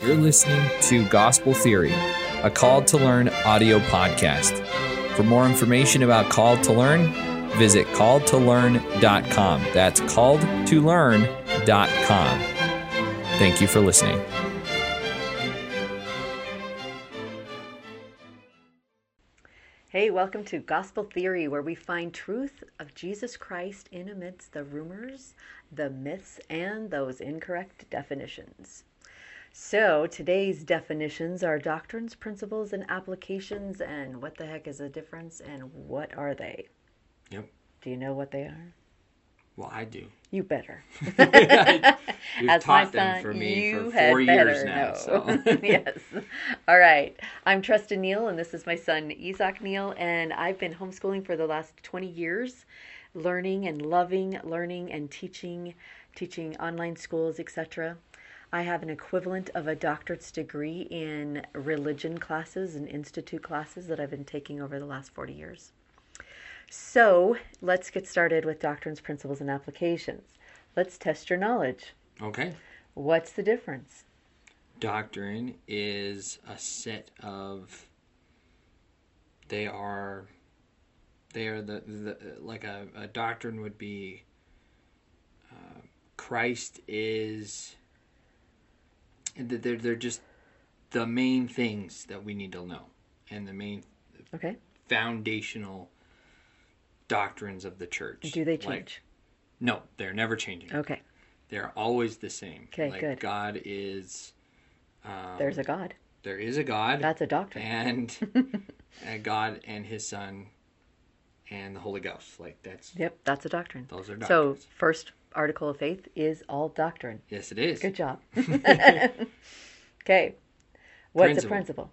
You're listening to Gospel Theory, a Called to Learn audio podcast. For more information about Called to Learn, visit calledtolearn.com. That's calledtolearn.com. Thank you for listening. Hey, welcome to Gospel Theory, where we find truth of Jesus Christ in amidst the rumors, the myths, and those incorrect definitions. So, today's definitions are doctrines, principles, and applications, and what the heck is the difference, and what are they? Yep. Do you know what they are? Well, I do. You better. You've As my taught them son, for me you for had four years better now. know. So. yes. All right. I'm Tresta Neal, and this is my son Isaac Neal, and I've been homeschooling for the last 20 years, learning and loving, learning and teaching, teaching online schools, etc. I have an equivalent of a doctorate's degree in religion classes and institute classes that I've been taking over the last 40 years. So let's get started with doctrines, principles, and applications. Let's test your knowledge. okay. What's the difference? Doctrine is a set of. They are. They are the, the like a, a doctrine would be. Uh, Christ is. and that They're, they're just the main things that we need to know and the main Okay. foundational doctrines of the church. Do they Like- change? no, they're never changing. okay. They're always the same. 'Kay, like good. God is um, There's a God. there is a God That's a doctrine. and a God and his son and the Holy Ghost. Like that's Yep, that's a doctrine. those are So, doctrines. first article of faith is all doctrine. yes it is. Good job. okay. What's a Principle. principle?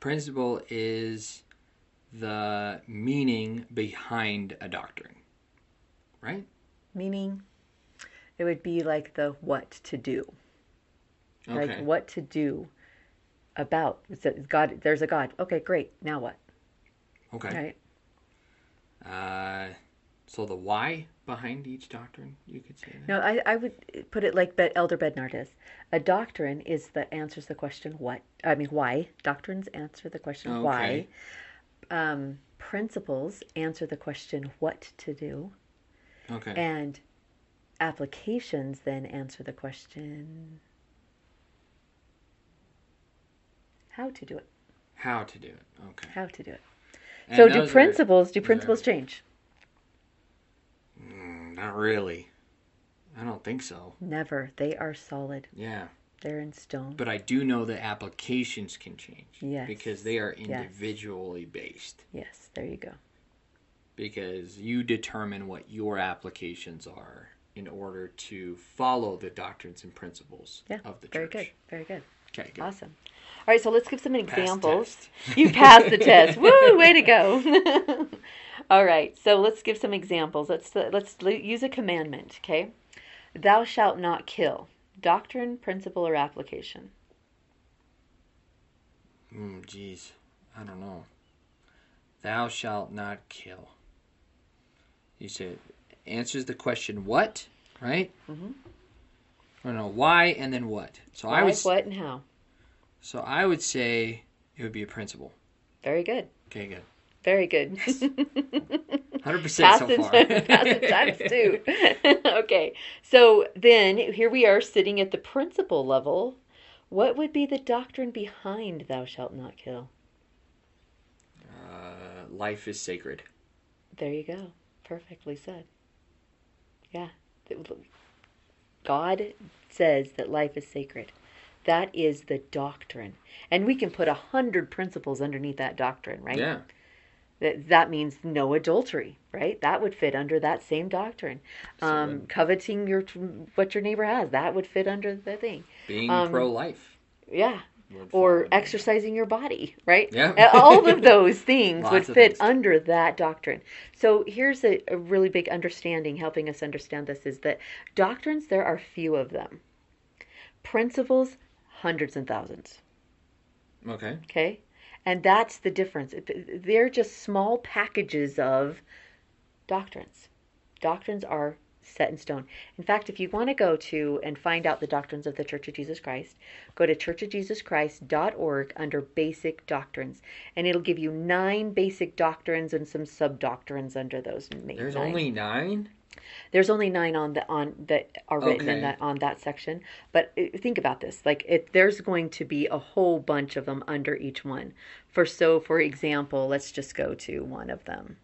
Principle is the meaning behind a doctrine. Right? Meaning, it would be like the what to do. Okay. Like what to do about so God. There's a God. Okay, great. Now what? okay. Right. Uh so the why behind each doctrine, you could say that. No, I, I would put it like Be- Elder Bednard is. A doctrine is that answers the question what. I mean, why. Doctrines answer the question why. Oh, Okay. Um, principles answer the question what to do. Okay. And applications then answer the question how to do it. How to do it. Okay. How to do it. And so do those are- principles, do principles change? Mm, not really. I don't think so. Never. They are solid. Yeah. They're in stone. But I do know that applications can change. Yes. Because they are individually based. yes, there you go. Because you determine what your applications are in order to follow the doctrines and principles Yeah. of the very church. good. Very good. Okay, good. Awesome. All right, so let's give some Pass examples. test. You passed the test. Woo, way to go. All right, so let's give some examples. Let's uh, let's l- use a commandment, okay? Thou shalt not kill. Doctrine, principle or application? Mm, jeez. I don't know. Thou shalt not kill. You said answers the question what, right? Mhm. I don't know why and then what. So I Why, was what and how? so I would say it would be a principle. Very good. Okay, good. Very good. Hundred percent Pass so it- far. pass it times two. okay. So then here we are sitting at the principle level. What would be the doctrine behind thou shalt not kill? Uh, life is sacred. There you go. Perfectly said. Yeah. God says that life is sacred. That is the doctrine. And we can put a hundred principles underneath that doctrine, right? Yeah. That, that means no adultery, right? That would fit under that same doctrine. it Um, coveting your what your neighbor has, that would fit under the thing. Being Um, pro life. Yeah or exercising your body, right? Yeah. Uh, All of those things would Lots of fit things. under that doctrine. So here's a, a really big understanding helping us understand this is that doctrines, there are few of them. Principles, hundreds and thousands, Okay. okay? And that's the difference. It- They're just small packages of doctrines. Doctrines are set in stone. In fact, if you want to go to and find out the doctrines of the Church of Jesus Christ, go to churchofjesuschrist.org under basic doctrines, and it'll give you nine basic doctrines and some sub doctrines under those. main There's nine. only nine. There's only nine on the on that are written Okay. in that on that section. But uh, think about this: like, if there's going to be a whole bunch of them under each one. For so, for example, let's just go to one of them.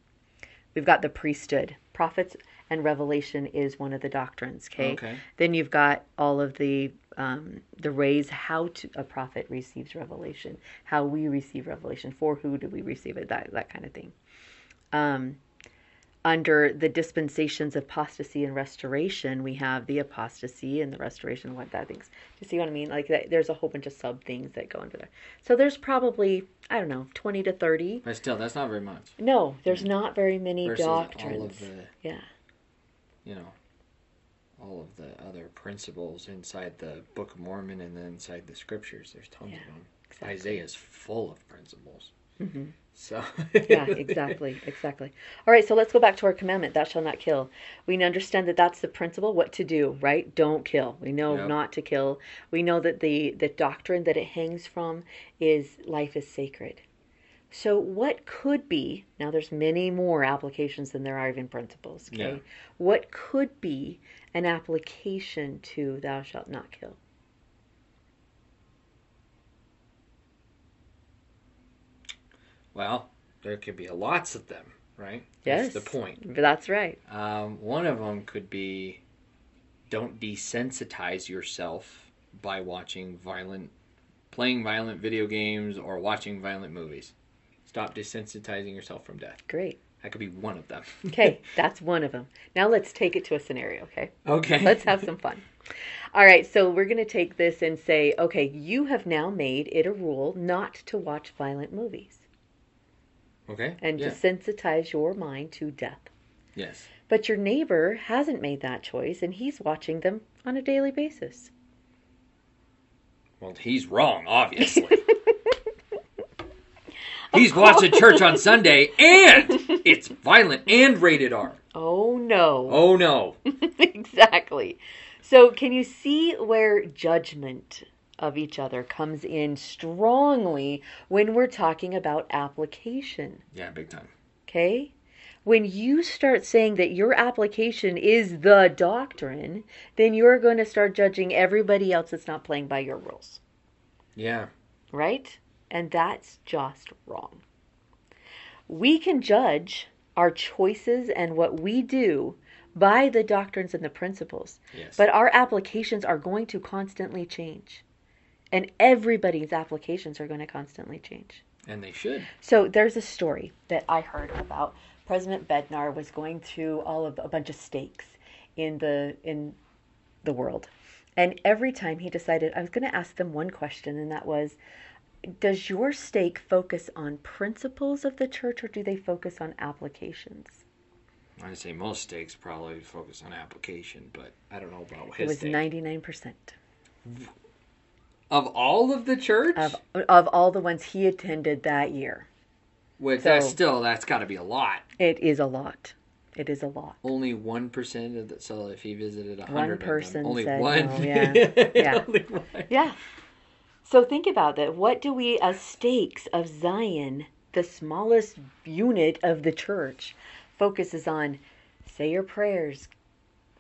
We've got the priesthood, prophets, and revelation is one of the doctrines. Okay. Okay. Then you've got all of the um, the ways how to, a prophet receives revelation, how we receive revelation, for who do we receive it, that that kind of thing Um, under the dispensations of apostasy and restoration, we have the apostasy and the restoration, what that things. Do you see what I mean? Like that, there's a whole bunch of sub things that go under there. So there's probably I don't know, twenty to thirty. But still, that's not very much. No, there's not very many Mm. Versus all doctrines. of the, Yeah, you know, all of the other principles inside the Book of Mormon and then inside the scriptures. There's tons Yeah, of them. exactly. Mm-hmm. Isaiah's full of principles. So yeah, exactly, exactly. All right, so let's go back to our commandment: "Thou shalt not kill." We understand that that's the principle, what to do, right? Don't kill. We know Yep. not to kill. We know that the the doctrine that it hangs from is life is sacred. So what could be now? There's many more applications than there are even principles. Okay, Yeah. what could be an application to "Thou shalt not kill"? Well, there could be lots of them, right? Yes, That's the point. That's right. Um, one of them could be don't desensitize yourself by watching violent, playing violent video games or watching violent movies. Stop desensitizing yourself from death. Great. That could be one of them. Okay, that's one of them. Now let's take it to a scenario. Okay. Okay. Let's have some fun. All right, so we're going to take this and say, okay, you have now made it a rule not to watch violent movies Okay. and yeah. to sensitize your mind to death. yes. But your neighbor hasn't made that choice and he's watching them on a daily basis. Well, he's wrong, obviously. he's watching church on Sunday, and it's violent and rated R. Oh no. Oh no. exactly. So, can you see where judgment of each other comes in strongly when we're talking about application? Yeah, big time. Okay? When you start saying that your application is the doctrine, then you're going to start judging everybody else that's not playing by your rules, Yeah. right? And that's just wrong. We can judge our choices and what we do by the doctrines and the principles, Yes. but our applications are going to constantly change. And everybody's applications are going to constantly change. and they should. So there's a story that I heard about. President Bednar was going through all of a bunch of stakes in the in the world. And every time he decided I was going to ask them one question and that was does your stake focus on principles of the church or do they focus on applications? I'd say most stakes probably focus on application, but I don't know about It his. was stake. 99% of all of the church. of of all the ones he attended that year. Which so- that's still that's got to be a lot. It is a lot. It is a lot. Only one percent of the. So if he visited a hundred, One of them, person only said one. no, yeah, yeah. Only one. Yeah. So think about that. What do we, as stakes of Zion, the smallest unit of the church, focuses on? Say your prayers,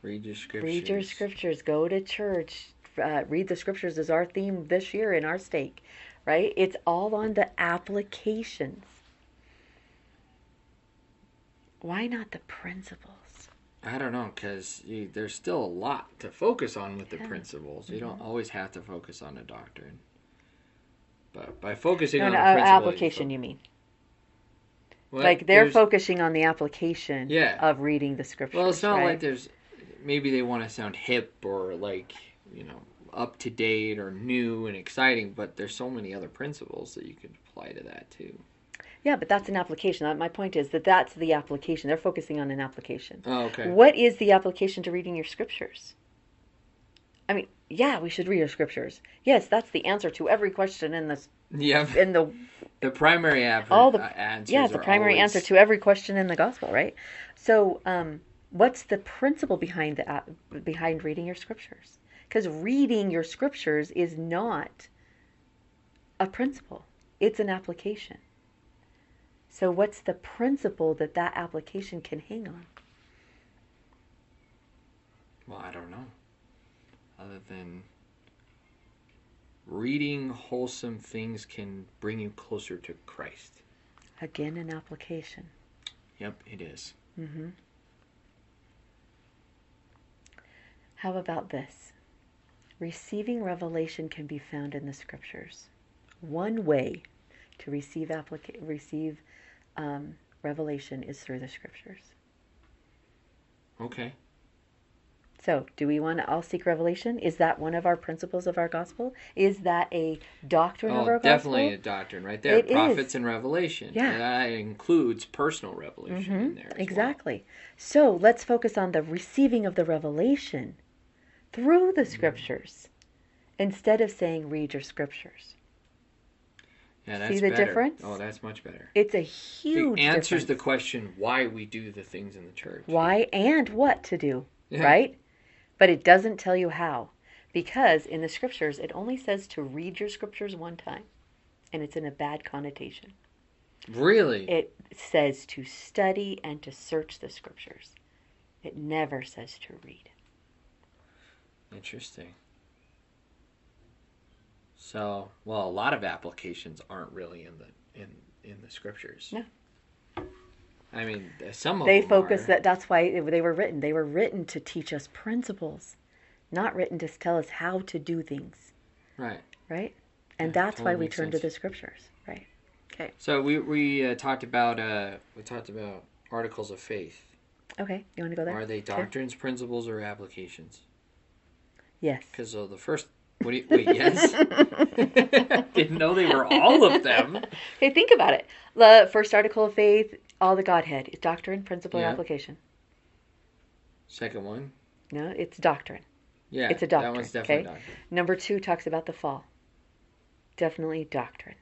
Read your scriptures. read your scriptures, go to church, uh, read the scriptures is our theme this year in our stake, right? It's all on the applications. Why not the principles? I don't know because there's still a lot to focus on with the principles. You don't always have to focus on a doctrine, but by focusing No, on no, a uh, principle, application, You you mean? fo- well, like they're there's- focusing on the application Yeah. of reading the scriptures. Well, it's not right? like there's maybe they want to sound hip or like you know up to date or new and exciting, but there's so many other principles that you could apply to that too. Yeah, but that's an application. Uh, My point is that that's the application. They're focusing on an application. Oh, okay. What is the application to reading your scriptures? I mean, yeah, we should read our scriptures. Yes, that's the answer to every question in this Yeah, in the the primary app. all the uh, answers yeah the are primary always- answer to every question in the gospel, right? So, um, what's the principle behind the uh, behind reading your scriptures? Because reading your scriptures is not a principle; it's an application. So, what's the principle that that application can hang on? Well, I don't know. Other than reading wholesome things can bring you closer to Christ. Again, an application. Yep, it is. hmm How about this? Receiving revelation can be found in the scriptures. One way to receive applica- receive um, revelation is through the scriptures. Okay. So, do we want to all seek revelation? Is that one of our principles of our gospel? Is that a doctrine of Oh, our definitely a gospel? doctrine right there. It is. Prophets and revelation. Yeah. Mm-hmm. And that includes personal revelation in there. as well. Exactly. So, let's focus on the receiving of the revelation through Mm-hmm. the scriptures instead of saying read your scriptures. Yeah, See that's the better. difference? Oh, that's much better. It's a It huge answers the difference. question why we do the things in the church. why and what to do, Yeah. right? But it doesn't tell you how. Because in the scriptures, it only says to read your scriptures one time, and it's in a bad connotation. Really? It says to study and to search the scriptures, it never says to read. Interesting. So, well, a lot of applications aren't really in the in in the scriptures. No. I mean, th- some of They them focus are. that that's why it- they were written. They were written to teach us principles, not written to tell us how to do things, right. right? And Yeah, that's totally why we makes turn to sense. the scriptures, right? Okay. So we we uh, talked about uh, we talked about articles of faith. Okay. You want to go there? Are they Sure. doctrines, principles, or applications? Yes. Because the first, what do you, wait, yes, didn't know they were all of them. Okay, think about it. The first article of faith, all the Godhead. It's doctrine, principle, Yeah. and application. Second one, No, it's doctrine. yeah, It's a That one's doctrine, definitely okay? doctrine. Number two talks about the fall. Definitely doctrine.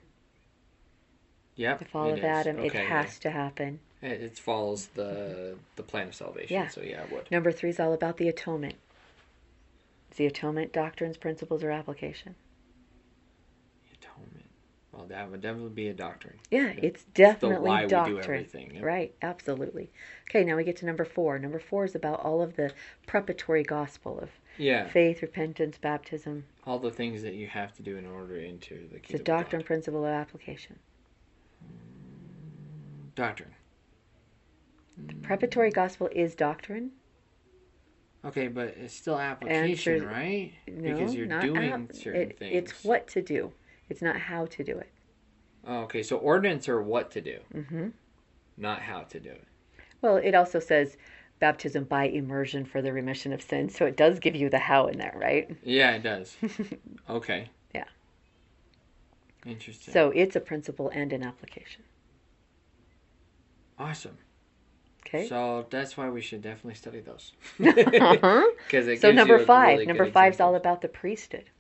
Yep, The fall it of is. Adam, Okay, it yeah. has to happen. It, it follows the the plan of salvation. Yeah. So yeah, what? Number three is all about the atonement. Is the atonement doctrines, principles, or application? Atonement. Well, that would definitely be a doctrine. Yeah, Yeah. it's The definitely why doctrine. we do everything. yeah. Right, absolutely. Okay, now we get to number four. Number four is about all of the preparatory gospel of Yeah, faith, repentance, baptism, all the things that you have to do in order to enter the It's a kingdom. of God. doctrine, principle, or application. Doctrine. The preparatory gospel is doctrine. Okay, but it's still application, Answers- right? No, because you're not doing app- certain it- things. It's what to do. It's not how to do it. Oh, okay, so ordinance are what to do, hmm not how to do it. Well, it also says baptism by immersion for the remission of sins. So it does give you the how in there, right? Yeah, it does. okay. Yeah. Interesting. So it's a principle and an application. awesome. Okay. So that's why we should definitely study those. Uh-huh. Because it so gives number you a five, really number good five's all example. about the priesthood,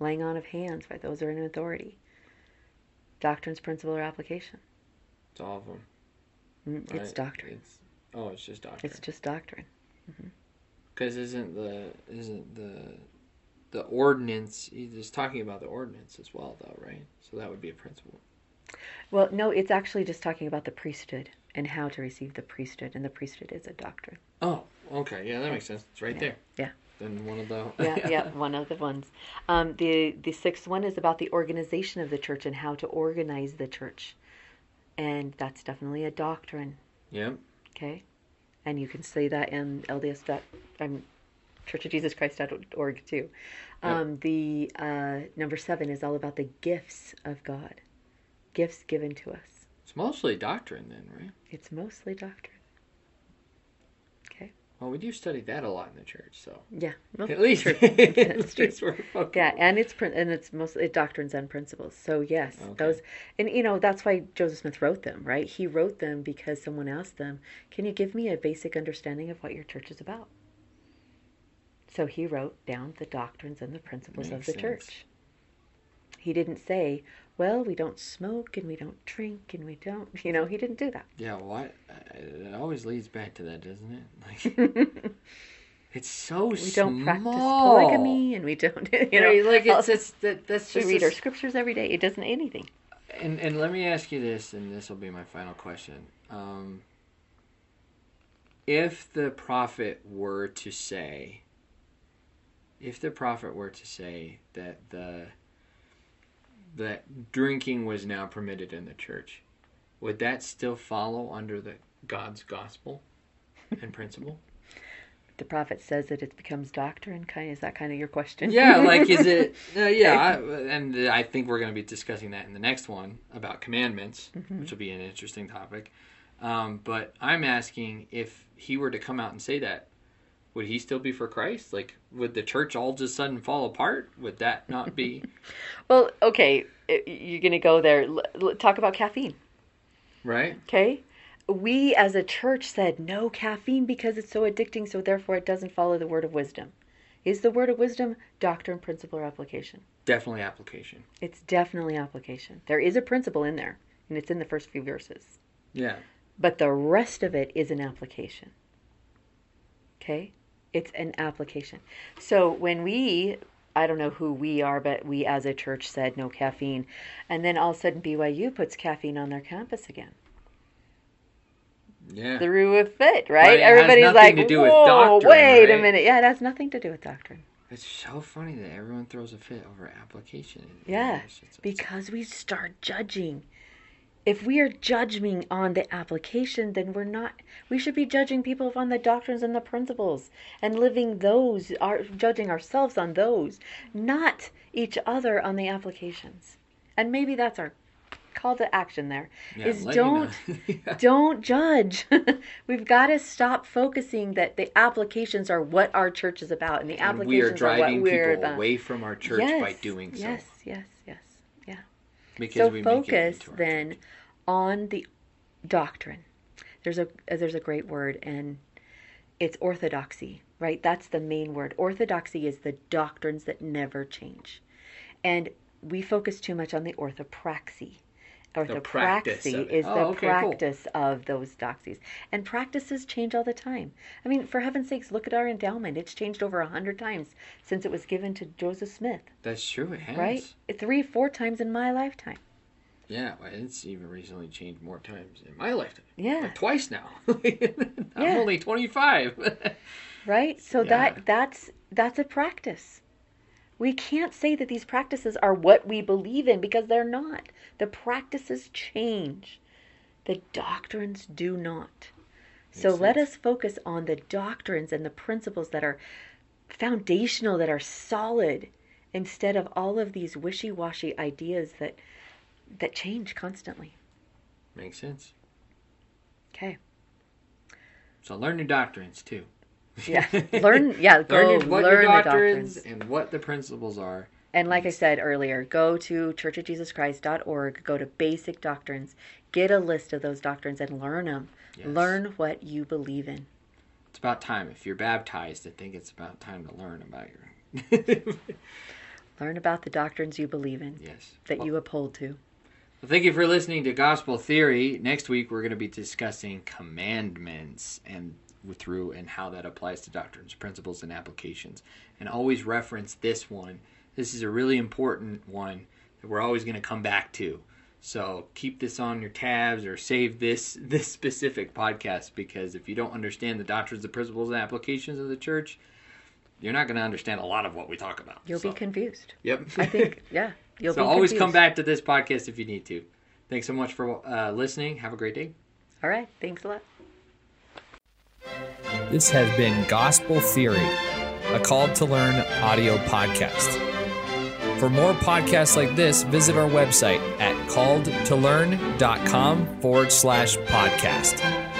laying on of hands by those who are in authority. Doctrines, principle, or application. It's all of them. Mm, It's right? doctrine. It's- oh, it's just doctrine. It's just doctrine. Because isn't the isn't the the ordinance? He's just talking about the ordinance as well, though, right? So that would be a principle. Well, no, it's actually just talking about the priesthood and how to receive the priesthood, and the priesthood is a doctrine. Oh, okay. Yeah, that makes sense. It's right Yeah. there. Yeah. Then one of the Yeah, yeah, one of the ones. Um, the the sixth one is about the organization of the church and how to organize the church, and that's definitely a doctrine. Yep. Okay, and you can see that in LDS dot um, Church of Jesus Christ dot org too. Um, The uh, number seven is all about the gifts of God, gifts given to us. It's mostly doctrine, then, right? It's mostly doctrine. Well, we do study that a lot in the church, so Yeah, well, at least true. that's That's true. where we're focused. Yeah, and it's prin- and it's mostly it doctrines and principles. So yes, Okay. those and you know that's why Joseph Smith wrote them, right? He wrote them because someone asked them, "Can you give me a basic understanding of what your church is about?" So he wrote down the doctrines and the principles of Makes the sense. church. He didn't say, well, we don't smoke and we don't drink and we don't, you know, he didn't do that. Yeah, what? It always leads back to that, doesn't it? Like, we it's so we small. don't practice polygamy and we don't, you know, Right, like it's, I'll- it's that, that's we just read a our scriptures every day. It doesn't anything. And and let me ask you this, and this will be my final question. Um, if the prophet were to say, if the prophet were to say that the that drinking was now permitted in the church, would that still follow under the God's gospel and principle? The prophet says that it becomes doctrine. Kind is that kind of your question? yeah, like is it? Uh, yeah, I, and I think we're going to be discussing that in the next one about commandments, which will be an interesting topic. Um, but I'm asking if he were to come out and say that, would he still be for Christ? Like, would the church all of a sudden fall apart? Would that not be Well, okay, i- you're going to go there. L- l- talk about caffeine, right? okay? We as a church said no caffeine because it's so addicting, so therefore it doesn't follow the word of wisdom. Is the word of wisdom doctrine, principle, or application? Definitely application. It's definitely application. There is a principle in there, and it's in the first few verses. Yeah, But the rest of it is an application. Okay? It's an application. So when we, I don't know who we are, but we as a church said no caffeine, and then all of a sudden BYU puts caffeine on their campus again yeah. through a fit, But right? it has Everybody's nothing like, to do with "Whoa, doctrine, wait a right?" minute. Yeah, it has nothing to do with doctrine it's so funny that everyone throws a fit over application. Yeah, It's- it's- because we start judging. If we are judging on the application, then we're not. We should be judging people on the doctrines and the principles and living those, our, judging ourselves on those, not each other on the applications. And maybe that's our call to action There yeah, is let me know. don't Yeah. don't judge. We've got to stop focusing that the applications are what our church is about, and the And applications we are are driving what we're people about. away from our church yes, by doing so. Yes, yes, yes. because so we make it focus into our then church. on the doctrine there's a uh, there's a great word and it's orthodoxy right that's the main word orthodoxy is the doctrines that never change and we focus too much on the orthopraxy practice orthopraxy of it. is Oh, the okay, cool. practice of those doxies and practices change all the time i mean for heaven's sakes look at our endowment it's changed over a hundred times since it was given to joseph smith That's true. It has. right three four times in my lifetime Yeah, well, it's even recently changed more times in my lifetime. yeah Like twice now. I'm Yeah. only 25. right so Yeah. that that's that's a practice we can't say that these practices are what we believe in because they're not the practices change the doctrines do not so Makes let sense. us focus on the doctrines and the principles that are foundational that are solid instead of all of these wishy-washy ideas that that change constantly Makes sense. okay So learn your doctrines too. yeah learn yeah go learn your, learn, what your the doctrines, doctrines and what the principles are. And like I said earlier, go to churchofjesuschrist.org, go to basic doctrines, get a list of those doctrines and learn them. Yes. Learn what you believe in. It's about time. If you're baptized, I think it's about time to learn about your. Learn about the doctrines you believe in yes. that Well, you uphold to. Well, thank you for listening to Gospel Theory. Next week, we're going to be discussing commandments and through and how that applies to doctrines, principles, and applications. And always reference this one. This is a really important one that we're always going to come back to. So keep this on your tabs or save this this specific podcast because if you don't understand the doctrines, the principles, and applications of the church, you're not going to understand a lot of what we talk about. You'll So- be confused. Yep. I think, yeah. You'll so be always come confused. back to this podcast if you need to. Thanks so much for uh, listening. Have a great day. All right. Thanks a lot. This has been Gospel Theory, a call to learn audio podcast. For more podcasts like this, visit our website at calledtolearn.com forward slash podcast.